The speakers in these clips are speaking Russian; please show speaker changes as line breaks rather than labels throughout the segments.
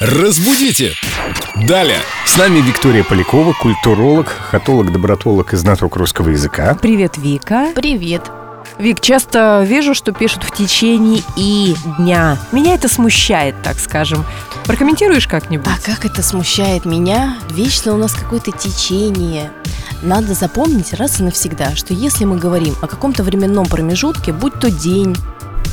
Разбудите! Далее!
С нами Виктория Полякова, культуролог, хатолог, добротолог и знаток русского языка.
Привет, Вика.
Привет.
Вик, часто вижу, что пишут в течение и дня. Меня это смущает, так скажем. Прокомментируешь как-нибудь?
А как это смущает меня? Вечно у нас какое-то течение. Надо запомнить раз и навсегда, что если мы говорим о каком-то временном промежутке, будь то день,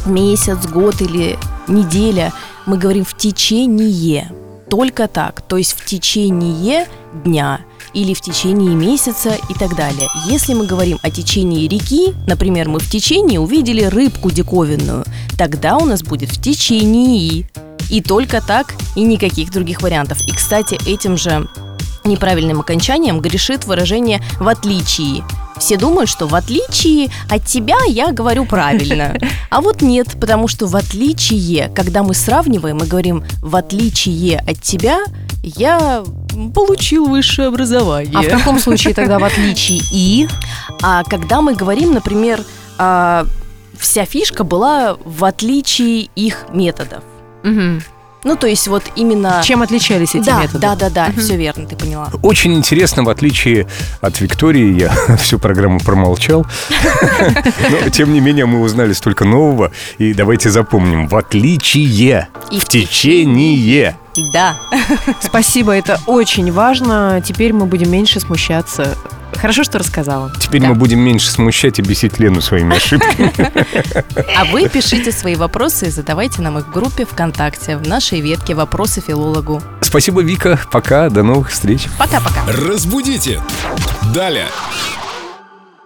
месяц, год или неделя, мы говорим в течение. Только так, то есть в течение дня или в течение месяца и так далее. Если мы говорим о течении реки, например, мы в течении увидели рыбку диковинную, тогда у нас будет в течении. И только так, и никаких других вариантов. И, кстати, этим же неправильным окончанием грешит выражение «в отличии». Все думают, что в отличие от тебя я говорю правильно. А вот нет, потому что в отличие, когда мы сравниваем и говорим «в отличие от тебя», я получил высшее образование.
А в каком случае тогда в отличие и?
А когда мы говорим, например, а, вся фишка была в отличии их методов.
Мгм.
Ну, то есть вот именно...
А, Чем отличались эти
да,
методы?
да, да, да,
Мгм.
все верно, ты поняла.
Очень интересно, в отличие от Виктории, я всю программу промолчал. Но, тем не менее, мы узнали столько нового. И давайте запомним. В отличие.
И
В течение.
Да.
Спасибо, это очень важно. Теперь мы будем меньше смущаться. Хорошо, что рассказала.
Теперь
Да.
мы будем меньше смущать и бесить Лену своими ошибками.
А вы пишите свои вопросы и задавайте нам их в группе ВКонтакте, в нашей ветке «Вопросы филологу».
Спасибо, Вика. Пока. До новых встреч.
Пока-пока.
Разбудите! Далее!